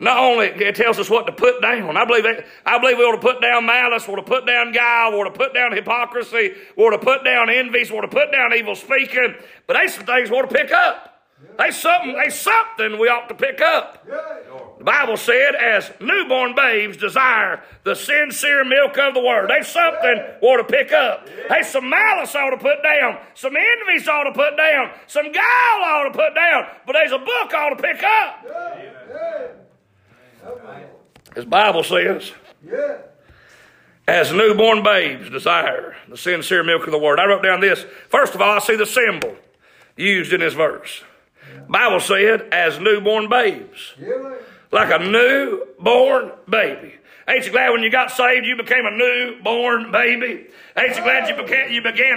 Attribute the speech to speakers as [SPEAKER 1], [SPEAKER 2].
[SPEAKER 1] Not only it tells us what to put down. I believe it, I believe we ought to put down malice, we ought to put down guile, we ought to put down hypocrisy, we ought to put down envies, we ought to put down evil speaking. But they some things we ought to pick up. They something, they something we ought to pick up. The Bible said, as newborn babes desire the sincere milk of the word. They something we ought to pick up. They some malice I ought to put down. Some envies I ought to put down. Some guile I ought to put down. But there's a book I ought to pick up. As Bible says, as newborn babes desire the sincere milk of the word. I wrote down this. First of all, I see the symbol used in this verse. Bible said, as newborn babes. Like a newborn baby. Ain't you glad when you got saved you became a newborn baby? Ain't you glad you, beca- you began